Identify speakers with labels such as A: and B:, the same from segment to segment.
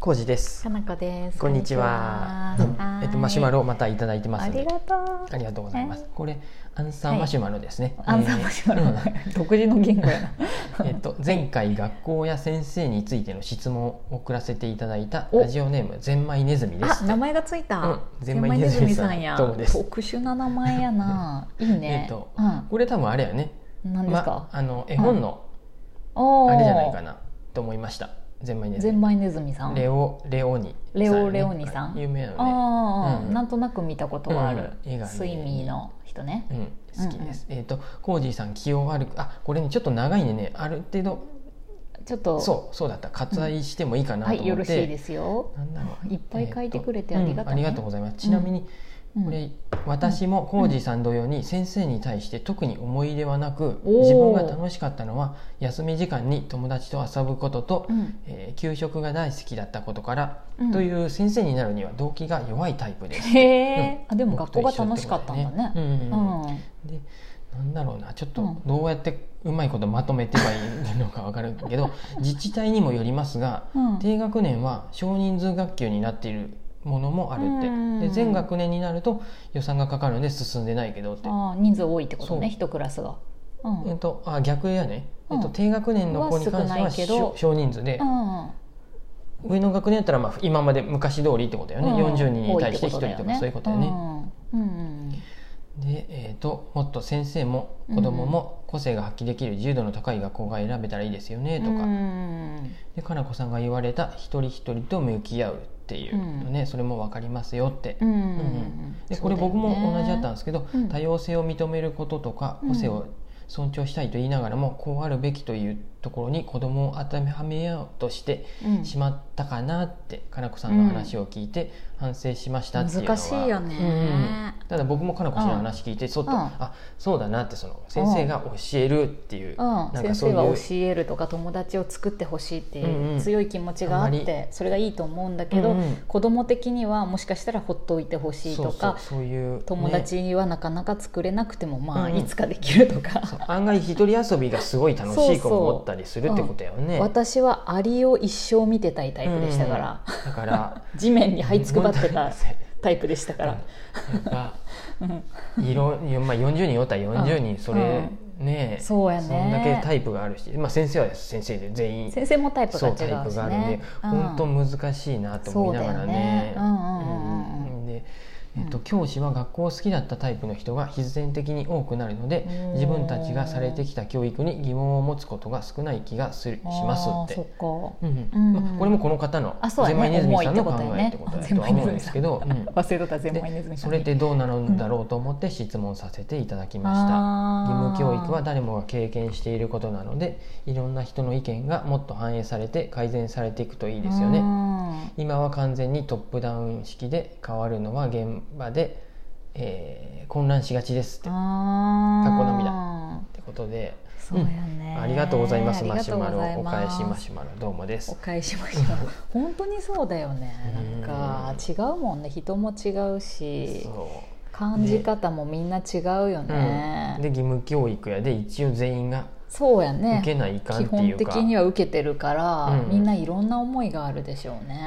A: コウジです
B: か。なこです。
A: こんにちは。
B: こんにちは
A: えっとマシュマロをまたいただいてます
B: あ
A: ので。
B: りがとう。
A: ありがとうございます。これアンサー
B: はい
A: マシュマロですね。
B: アンサーマシュマロ、
A: えー
B: 独自の言語やな。
A: うんえっと前回学校や先生についての質問を送らせていただいた
B: お
A: ラジオネームゼンマイネズミで
B: あ、
A: す。
B: 名前がついた。
A: うん
B: ゼンマイネズミさんや。
A: どうもです
B: 特殊な名前やな。いいね。
A: えっと
B: うん。
A: これ多分あれやね。
B: 何ですか
A: ま。あの絵本の
B: おー
A: あれじゃないかなと思いました。ゼンマイネ
B: ゼ
A: ズミ。
B: ンマイネズミさん。
A: レオレオニさんね。
B: レオレオニさん
A: 有名なのね。
B: ああ、
A: うん
B: なんとなく見たことはある。
A: うん絵がね
B: スイミーの人ね。
A: うん、好きです。えっ、と、コージーさん、気を悪く、あ、これね、ちょっと長いんでね、ある程度。
B: ちょっと。
A: そう、そうだった、割愛してもいいかなと
B: は
A: 思って。
B: い、よろしいですよ。
A: なんだろう。
B: いっぱい書いてくれて
A: えー
B: あ
A: と
B: り
A: う
B: がと
A: ん
B: う、
A: あり
B: ね
A: がとうございます。ちなみに、
B: うん
A: これ、私もコージーさん同様に、先生に対して特に思い入れはなく。
B: おー
A: 自分が楽しかったのは、休み時間に友達と遊ぶことと。
B: うん
A: えー給食が大好きだったことから、
B: うん
A: という先生になるには動機が弱いタイプです。
B: へえ、あ
A: で
B: でも学校が楽しかったんだね。
A: うんうん
B: う
A: うん
B: ん、
A: でなんだろうなちょっ
B: う
A: と
B: ん
A: どうやってうまいことまとめてはいいのか分かるけ ど自治体にもよりますが
B: うん
A: 低学年は少人数学級になっているものもある
B: うん
A: ってで全学年になると予算がかかるんで進んでないけどって、
B: あー人数多いってこと
A: そ
B: ね
A: う
B: 一クラスが、うんうん
A: えっと、あ逆やね、
B: うん
A: えっと、低学年の子に関しては
B: は少ないけど
A: 少少人数で上の学年やったらまあ今まで昔通りってことよね、
B: うん
A: 40人に対して1人
B: 多いっ
A: と
B: て
A: かそういうことよね。
B: うんうんうん
A: で、えー、ともっと先生も子どもも個性が発揮できる自由度の高い学校が選べたらいいですよねとか、
B: うん
A: でかなこさんが言われた一人一人と向き合うっていうのね、それも分かりますよって、
B: うんうん
A: でこれ僕も同じだったん
B: で
A: ですけど、
B: うん
A: 多様性を認めることとか
B: うん
A: 個性を尊重したいと言いながらも、こうあるべきというところに子どもを当てはめようとしてしまったかなって、かなこさんの話を聞いて反省しましたっていうのは
B: 難しいよね
A: うんただ僕もかなこさんの話聞いてそっと、
B: うん
A: あそうだなってその先生が教えるっていう、
B: うん
A: なんか
B: 先
A: そうい
B: 生
A: う
B: は教えるとか友達を作ってほしいって
A: うんう
B: い
A: ん
B: う強い気持ちがあっ
A: あんま
B: てそれがいいと思うんだけど、
A: うんうん
B: 子供的にはもしかしたらほっといてほしい
A: そ
B: とか
A: うそうそういうね、
B: 友達はなかなか作れなくてもまあ
A: うん
B: いつかできるとか、
A: 案外一人遊びがすごい楽しい子もおったりするってことやよね。
B: 私はアリを一生見てたいタイプでしたから、
A: うんだから
B: 地面に這 いつくばってた
A: 本
B: タイプでしたから、
A: 当にやっ
B: うん
A: ぱいろんまあ40人おったら40人それ、ね
B: そうやね
A: んだけタイプがあるし、まあ、先生は先生で全員
B: 先生もタイプが
A: そ
B: 違
A: うタイ
B: う
A: プ
B: し
A: があるんで
B: ね、
A: 本当難しいなと思いながらね。
B: そうだよねうんうんうんう
A: う
B: ん
A: んでえっと、教師は学校を好きだったタイプの人が必然的に多くなるので
B: うん
A: 自分たちがされてきた教育に疑問を持つことが少ない気がするし
B: うん
A: ます
B: あ
A: っ
B: ー
A: て
B: そっか
A: うんう
B: う
A: ん
B: ん
A: まあ、これもこの方の
B: あそう
A: ゼ
B: や
A: ンマイ
B: ね
A: ネズミ
B: 重い
A: さ
B: っ
A: ん
B: て
A: の
B: こ
A: 考
B: とや
A: えっ
B: ね
A: てことだと
B: ゼン
A: は
B: マイネ
A: 思う
B: ズ
A: ん
B: ミ
A: です
B: さん
A: けど、うん
B: 忘れとったゼンマイネズミ
A: で
B: さ
A: そ
B: ん
A: れってどうなるんだろうと思って質問させていただきました。義務
B: あー
A: 教育は誰もが経験していることなのでいろんな人の意見がもっと反映されて改善されていくといいですよ
B: う
A: ね。
B: ん
A: 今は完全にトップダウン式で変わるのは現場で、えー混乱しがちですってっ
B: あー
A: 過去涙てことで、
B: そうやね、
A: ありがとうございます
B: あり
A: マ
B: が
A: シュ
B: とうご
A: マロ
B: ざい
A: お返しマ
B: す
A: シュマロどうもです
B: お。返しま した本当にそうだよねなんか違うもんね人も違うし
A: そう
B: 感じ方もみんな違うよね、
A: で義務教育やで一応全員が
B: そうやね
A: 受けないかん
B: 基
A: ってい
B: 本
A: う
B: 的
A: か、
B: には受けてるから、
A: うん
B: みんないろんな思いがあるでしょうね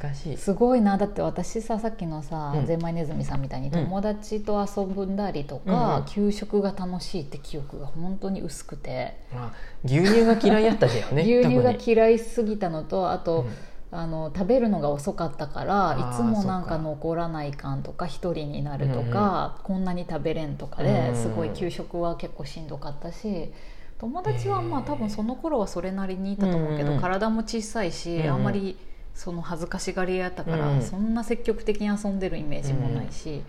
A: 難しい
B: すごいなだって私ささっきのさ、
A: うん
B: ゼンマイネズミさんみたいに友達と遊ぶんだりと
A: う
B: か、
A: ん
B: 給食が楽しいって記憶が本当に薄くて、
A: まあ牛乳が嫌いやったじゃんね
B: 牛乳が
A: 特に
B: 嫌いすぎたのとあと、
A: うん
B: あの食べるのが遅かったか
A: あ
B: ら
A: ー
B: いつもなん
A: そっか
B: か残らないかんとか一人になるとか、こんなに食べれんとか
A: うん
B: ですごい給食は結構しんどかったし友達はまあ
A: へー
B: 多分その頃はそれなりにいたと思うけ
A: うんう
B: ど
A: ん
B: 体も小さいし、
A: うんうん
B: あんまりその恥ずかしがり屋やったから、
A: うん
B: そんな積極的に遊んでるイメージもないし。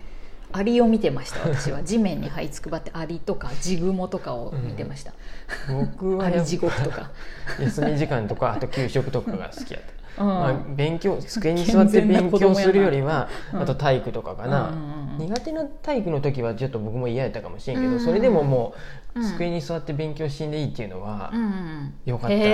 B: アリを見てました私は地面に這いつくばってアリとかジグモとかを見てました、
A: 僕
B: ア
A: はやっ
B: リ
A: ぱ
B: 地獄とか、
A: 休み時間と かあと給食とかが好きやった、
B: う ん
A: まあ、勉強机に座って勉強するよりは
B: うん
A: あと体育とかかな、
B: うんうんうん
A: 苦手な体育の時はちょっと僕も嫌やったかもしれんけど、
B: うん
A: それでももう、
B: うん
A: 机に座って勉強しんでいいっていうのは
B: うんうん
A: 良かったかな、
B: へ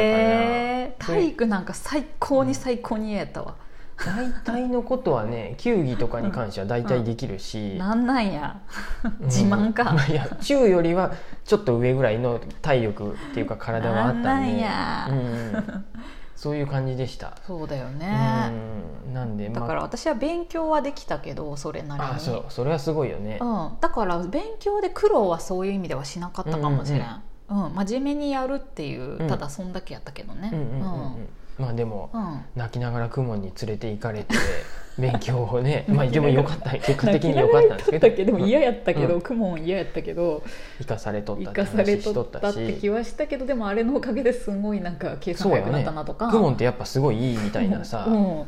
B: え
A: そう
B: 体育なんか最高に最高に嫌やったわ、
A: 大体のことはね球技とかに関しては大体できるし、
B: なんなんや
A: うん
B: 自慢か、
A: まあいや中よりはちょっと上ぐらいの体力っていうか体はあったんで
B: なんなんや
A: うんうんそういう感じでした。
B: そうだよ
A: う
B: ね、
A: んなんで
B: だか
A: ま
B: ら私は勉強はできたけどそれなりに
A: あ、あそうそれはすごいよね。
B: うん、だから勉強で苦労はそういう意味ではしなかったかもしれん、うん真面目にやるっていう
A: うん
B: ただそんだけやったけどね
A: うんうんうんうん。まあでも
B: うんうん
A: 泣きながら公文に連れて行か れて勉強をね、
B: 泣きなが
A: まあでも
B: ら
A: 良かった結果的に良かったんですけど、
B: 泣きながら行っとったけどでも嫌やったけ
A: う
B: ど
A: ん
B: クモン嫌やったけど
A: 生かされとっ
B: 生
A: たって
B: かされ
A: 話し
B: と
A: と
B: っ
A: ったた
B: って
A: し
B: 気。はしたけどでもあれのおかげですごいなんか計算
A: そう
B: 早
A: よ
B: くなっ
A: ね
B: たなとか。
A: クモンってやっぱすごいいいみたいなさ、
B: うん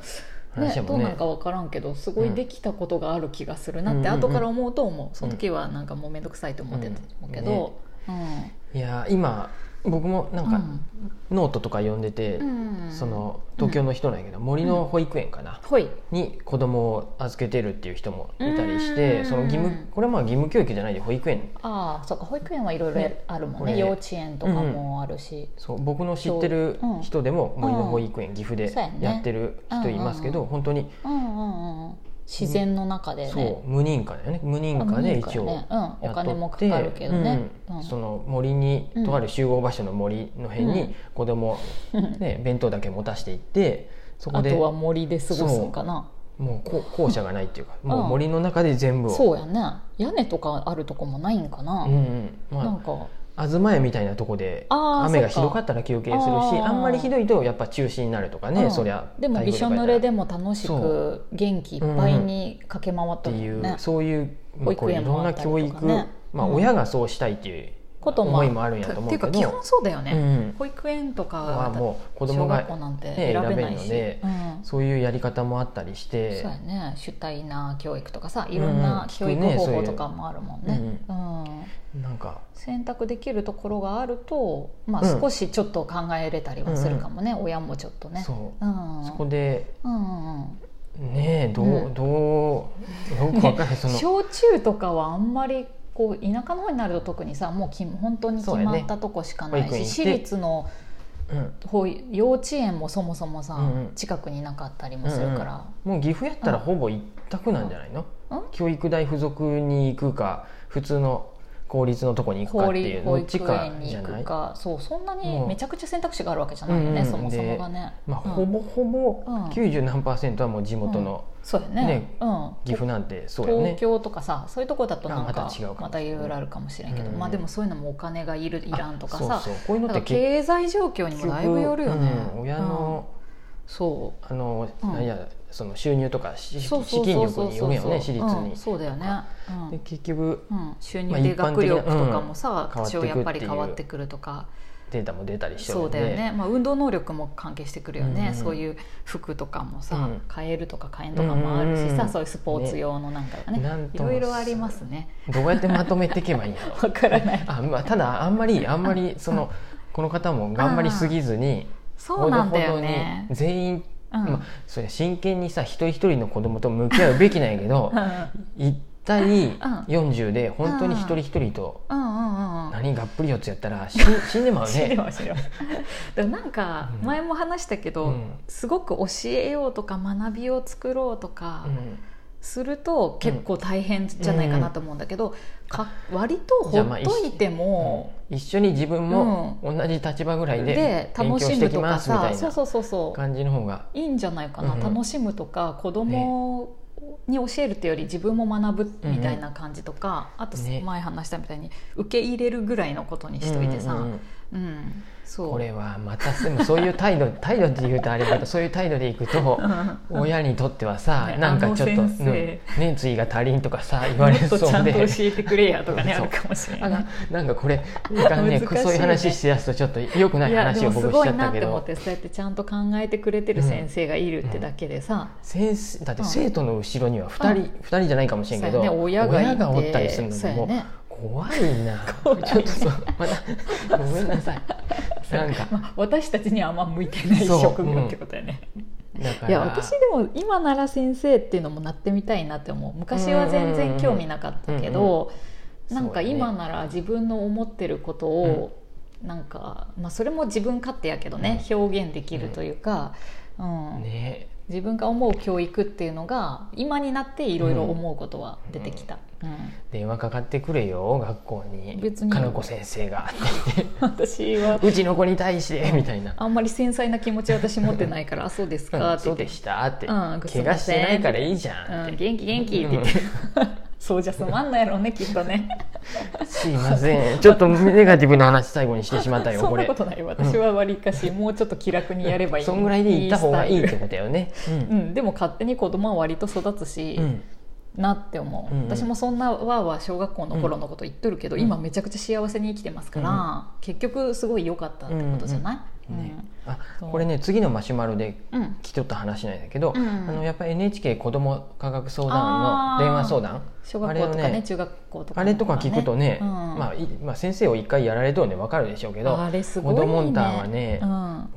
A: 話
B: ね
A: や
B: ど
A: も
B: うん
A: ね。
B: なんか分からんけどすごいできたことがある気がするなって
A: うんうんうん
B: 後から思うと思うその時はなんかもう面倒くさいと思ってたと思うけど、
A: いや今僕もなんかノートとか読んでて、
B: うんうん
A: その東京の人なんやけど、森の保育園かな、
B: ほい
A: に子供を預けてるっていう人もいたりして、
B: うん
A: その義務これはまあ義務教育じゃないで保育園
B: ああそうか保育園はいろいろあるもん
A: これ
B: ね幼稚園とかもあるし、
A: そう僕の知ってる
B: うん
A: 人でも森の保育園、岐阜で
B: そうやね
A: やってる人いますけど、
B: うん
A: 本当に、
B: うん、うんうん自然の中でね
A: そう無認可だよね無認
B: あ
A: 可
B: 無
A: で
B: 認可
A: 一
B: だ
A: 応
B: ねうんお
A: やっとって
B: 金もかかるけどね、
A: うん
B: うん
A: その森に
B: うん
A: とある集合場所の森の辺
B: うん
A: に子供、ね弁当だけ持たしていってそこ
B: あ
A: で
B: とは森で過ごすのかな
A: もうこう校舎がないっていうか、
B: うん
A: もう森の中で全部
B: そう
A: を、
B: やね屋根とかあるとこもないんかな、
A: うんうん
B: なん
A: ま
B: か
A: あ、東屋みたいなとこで
B: あー
A: 雨がひ
B: そっか
A: どかったら休憩するし
B: あー
A: あんまりひどいとやっぱ中止になるとかね、
B: うん
A: そりゃ
B: でも
A: 台
B: び
A: 風
B: し
A: と
B: ょ
A: かや
B: 濡
A: ったら
B: れでも楽し
A: そ
B: く
A: う
B: 元気いっぱいに駆け回っ
A: ったて
B: もん
A: いう、
B: ね、
A: そういう、まあ、これいろんな教育、
B: 保育園もあったりとかね
A: まあ、
B: うん
A: 親がそうしたいっていう
B: ことも
A: 思いもあるんやと思うけど、
B: ていうか基本そうだよ
A: う
B: ね、
A: ん
B: 保育園とか
A: はもう子
B: 小
A: 供
B: 学校
A: が
B: なんて
A: ね
B: 選べないし、
A: 選べる
B: うん
A: そういうやり方もあったりして
B: そうやね主体な教育とかさいろんな教育方法とかもあるもんね,、うん
A: なんか
B: 選択できるところがあると、まあ、
A: うん
B: 少しちょっと考えれたりはするかもね、親もちょっとね。
A: そ
B: うん
A: うそこで
B: うんうんうん
A: ねえどう、
B: うん
A: どうよく分からない、その
B: 小中とかはあんまりこう田舎の方になると特にさもうき本当に決まったとこしかないし、
A: そうやね保育園行って
B: 私立の
A: うん
B: 方幼稚園もそもそもさ、
A: うんうん
B: 近くになかったりもするから、
A: もう岐阜やったらほぼ一択なんじゃないの、
B: うん
A: 教育大附属に行くか普通の公立のとこに行くかっていう
B: 保
A: どっち
B: 育
A: か
B: 園に
A: じ
B: 行
A: ゃな
B: く
A: い、
B: かそうそんなに
A: もう
B: めちゃくちゃ選択肢があるわけじゃないよ
A: うん
B: ね、
A: うん
B: そもそもがね。
A: まあ、
B: うん
A: ほぼほぼ
B: うん
A: 90何パーセントはもう地元の
B: そうやね
A: ね
B: うん、
A: 岐阜なんてそうよね
B: 東、京とかさそういうとこだとなんか
A: あまた違うかも
B: またいろいろあるかもしれんけど、
A: うん
B: まあでもそういうのもお金がいるいらんとか
A: あ
B: さ
A: そうそうこういうの
B: だか
A: っ
B: ら
A: て
B: 経済状況にもだいぶよるよね、
A: うん親の、
B: うんそ
A: あの、
B: うん
A: なんやその収入とか
B: う
A: し資
B: そうそう
A: 金力
B: そうそう
A: によるよね私立に、
B: うんそうだよね、うん
A: で結局
B: うん収入
A: まあ一般
B: で
A: 的な
B: 学力とかもさ、
A: うん
B: 多少やっぱり
A: 変
B: 変わ
A: わ
B: っ
A: ってて
B: くるとか
A: データも出たりしちゃ
B: そうだよね、まあ、運動能力も関係してくるよね、
A: うん
B: そういう服とかもさ、
A: うん
B: 買えるとか買えんとかもあるしさ、
A: うん
B: そういうスポーツ用のなんかがね
A: ねなん
B: い
A: とも
B: ろいろありますね
A: どうやってまとめていけばいいんやろ
B: わからない
A: あ、まあ、ただあんまりあんまりそのこの方も頑張りすぎずに
B: そうなんだよね
A: ほどほどに全員、
B: うん
A: まあ、それ真剣にさ一人一人の子供と向き合うべきなんやけど一対40で本当に一人一人と
B: うんうんうんうん
A: 何がっぷり四つやったら死 死んでまう
B: 知り
A: ね。
B: ましだからなんか
A: うん
B: 前も話したけど、
A: うん
B: すごく教えようとか学びを作ろうとか
A: うん
B: すると結構大変じゃないかなと思うんだけど、か割とほっといても、
A: 一緒に自分も同じ立場ぐらいで
B: で
A: 勉
B: 楽
A: 強
B: し
A: して
B: む
A: き
B: と
A: ま
B: か
A: すみた
B: さ
A: い
B: そう
A: な
B: そうそうそう
A: 感じの方が
B: いいんじゃないかな、
A: うんうん
B: 楽しむとか子供に教えるっていうより自分も学ぶみたいな感じとか、あと
A: ね
B: 前話したみたいに受け入れるぐらいのことにしといてさ、う
A: うんんうんうん
B: そう
A: これはまたでもそういう態度態度って言うとあれだけどそういう態度でいくと
B: うん
A: 親にとってはさ
B: ね
A: なんかちょっとう
B: あの
A: ん
B: 先生
A: 熱意が足りんとかさ言
B: も
A: われ
B: っ
A: そ
B: とちゃ
A: うん
B: と
A: で
B: 教えてくれやとかねあ
A: そう
B: るかもしれ
A: あ
B: ない
A: な。なんかこれいかんね
B: 難しいね
A: そういう話してやすとちょっと良くない
B: いやで
A: 話を
B: も
A: 僕し
B: すご
A: ちゃ
B: い
A: っ
B: な
A: た
B: っ
A: け
B: て思っ
A: ど
B: てそうやってちゃんと考えてくれてる先生がいるってだけでさ、
A: 先生だって生徒の後ろには2人2人じゃないかもしれんけど
B: そうやね親がいて
A: おったりするの
B: そうや
A: も
B: ね
A: 怖いな
B: 怖い
A: ちょっとそうまたごめんなさい なんか
B: まあ、私たちにはあんま向いてない
A: そう
B: 職業ってことやね。
A: だから
B: いや私でも今なら先生っていうのもなってみたいなって思う昔は全然興味なかったけど、
A: うんうんうん
B: なんか
A: そうだね
B: 今なら自分の思ってることをなんか、まあ、それも自分勝手やけどね、表現できるというか、うん
A: ね
B: 自分が思う教育っていうのが今になっていろいろ思うことは出てきた、うん
A: 電話かかってくれよ学校に
B: 別に
A: かなこ先生が」 って言っ
B: 私は
A: てうちの子に対して」みたいな
B: あんまり繊細な気持ち私持ってないから「あそうです
A: う
B: か」
A: ん「
B: って
A: そう
B: 言って
A: でした」って「
B: うん
A: 怪我してないからいいじゃん」っ
B: う
A: て
B: ん、元気元気って言って、そうじゃすまんのやろうねきっとね
A: すいませんちょっとネガティブな話最後にしてしまったよ
B: そん
A: こ
B: な
A: れ
B: ことない私はわりかしもうちょっと気楽にやればいい
A: そんぐらいで行った方がいいって
B: ス
A: ことよね
B: タイルうん、でも勝手に子供は割と育つし、
A: うんうん
B: なって思
A: う
B: う、
A: んうん
B: 私もそんなわーわー小学校の頃のこと言っとるけど、
A: うん
B: 今めちゃくちゃ幸せに生きてますから、結局すごい良かったってことじゃない、うん
A: ねあ
B: そう
A: これね次のマシュマロで
B: うん
A: 来とった話なんだけど、
B: うん
A: あのやっぱり NHK 子ども科学相談の電話相談
B: 小学校とかね
A: あれをね
B: 中学校とか
A: あれとか聞くとね、
B: うん
A: まあ、いまあ先生を一回やられとるんでわかるでしょうけど
B: あれすご
A: 子
B: い、ね、
A: どもんたんはね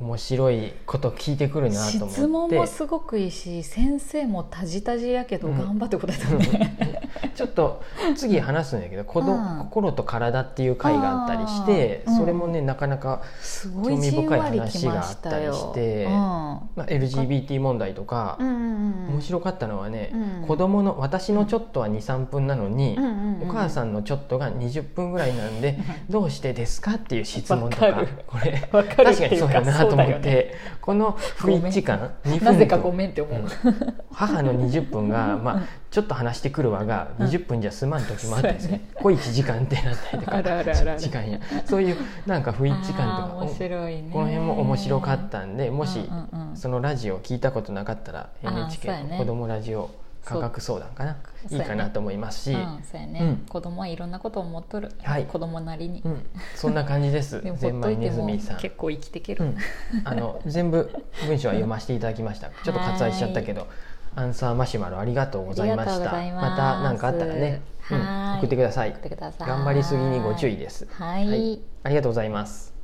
B: う、
A: 面白いこと聞いてくる
B: ん
A: なと思って
B: 質問もすごくいいし先生もタジタジやけど
A: うん
B: 頑張って答えたね、
A: ちょっと次話すんだけど子ど
B: うん
A: 心と体っていう回があったりして、
B: あーうん
A: それもねなかなか、
B: すごいじんわりきました
A: 興味深い
B: よ
A: 話があったりして
B: うん
A: まあ、LGBT 問題とか、
B: うんうんうん
A: 面白かったのはね、
B: うん
A: 子供の私のちょっとは23分なのに、
B: うんうんうん
A: お母さんのちょっとが20分ぐらいなんで、どうしてですかっていう質問とか
B: わかる
A: これ
B: わかるっ
A: 確
B: て
A: かに
B: い
A: そうう
B: か
A: やなと思
B: そ
A: っ
B: う
A: て、
B: だよね
A: この不一致感2分
B: なぜかごめんって思
A: う
B: う、
A: ん母の20分が、まあ、ちょっと話してくるわが20分じゃ済まん時もあったりですね濃い1時間ってなったりとか
B: あるあるあるある
A: 時間やそういうなんか不一致
B: あー
A: 感
B: 面
A: とか
B: 白いね
A: この辺も面白かったんでもし
B: うんうんうん
A: そのラジオ聞いたことなかったら
B: あーそうや
A: NHK
B: ね
A: の子どもラジオ科学相談かな
B: そう
A: いいかなと思いますし、
B: うん、そうやね、
A: うん
B: 子供はいろんなことを思っとる、
A: はい
B: 子供なりに、
A: うん、そんな感じです
B: でもほ
A: ゼン
B: っ
A: マ
B: と
A: イ
B: いて
A: ネズ
B: も
A: ミさん。
B: 結構生きてけ
A: う
B: る、
A: ん、あの全部文章は読ませていただきましたちょっと割愛しちゃったけどアンサーマシュマロありがとうございま
B: あり
A: し
B: がとう
A: た
B: ございます
A: た何かあったらね、うん
B: はーい
A: 送ってください
B: 送ってください
A: 頑張りすぎにご注意です
B: はい
A: ありがとうございます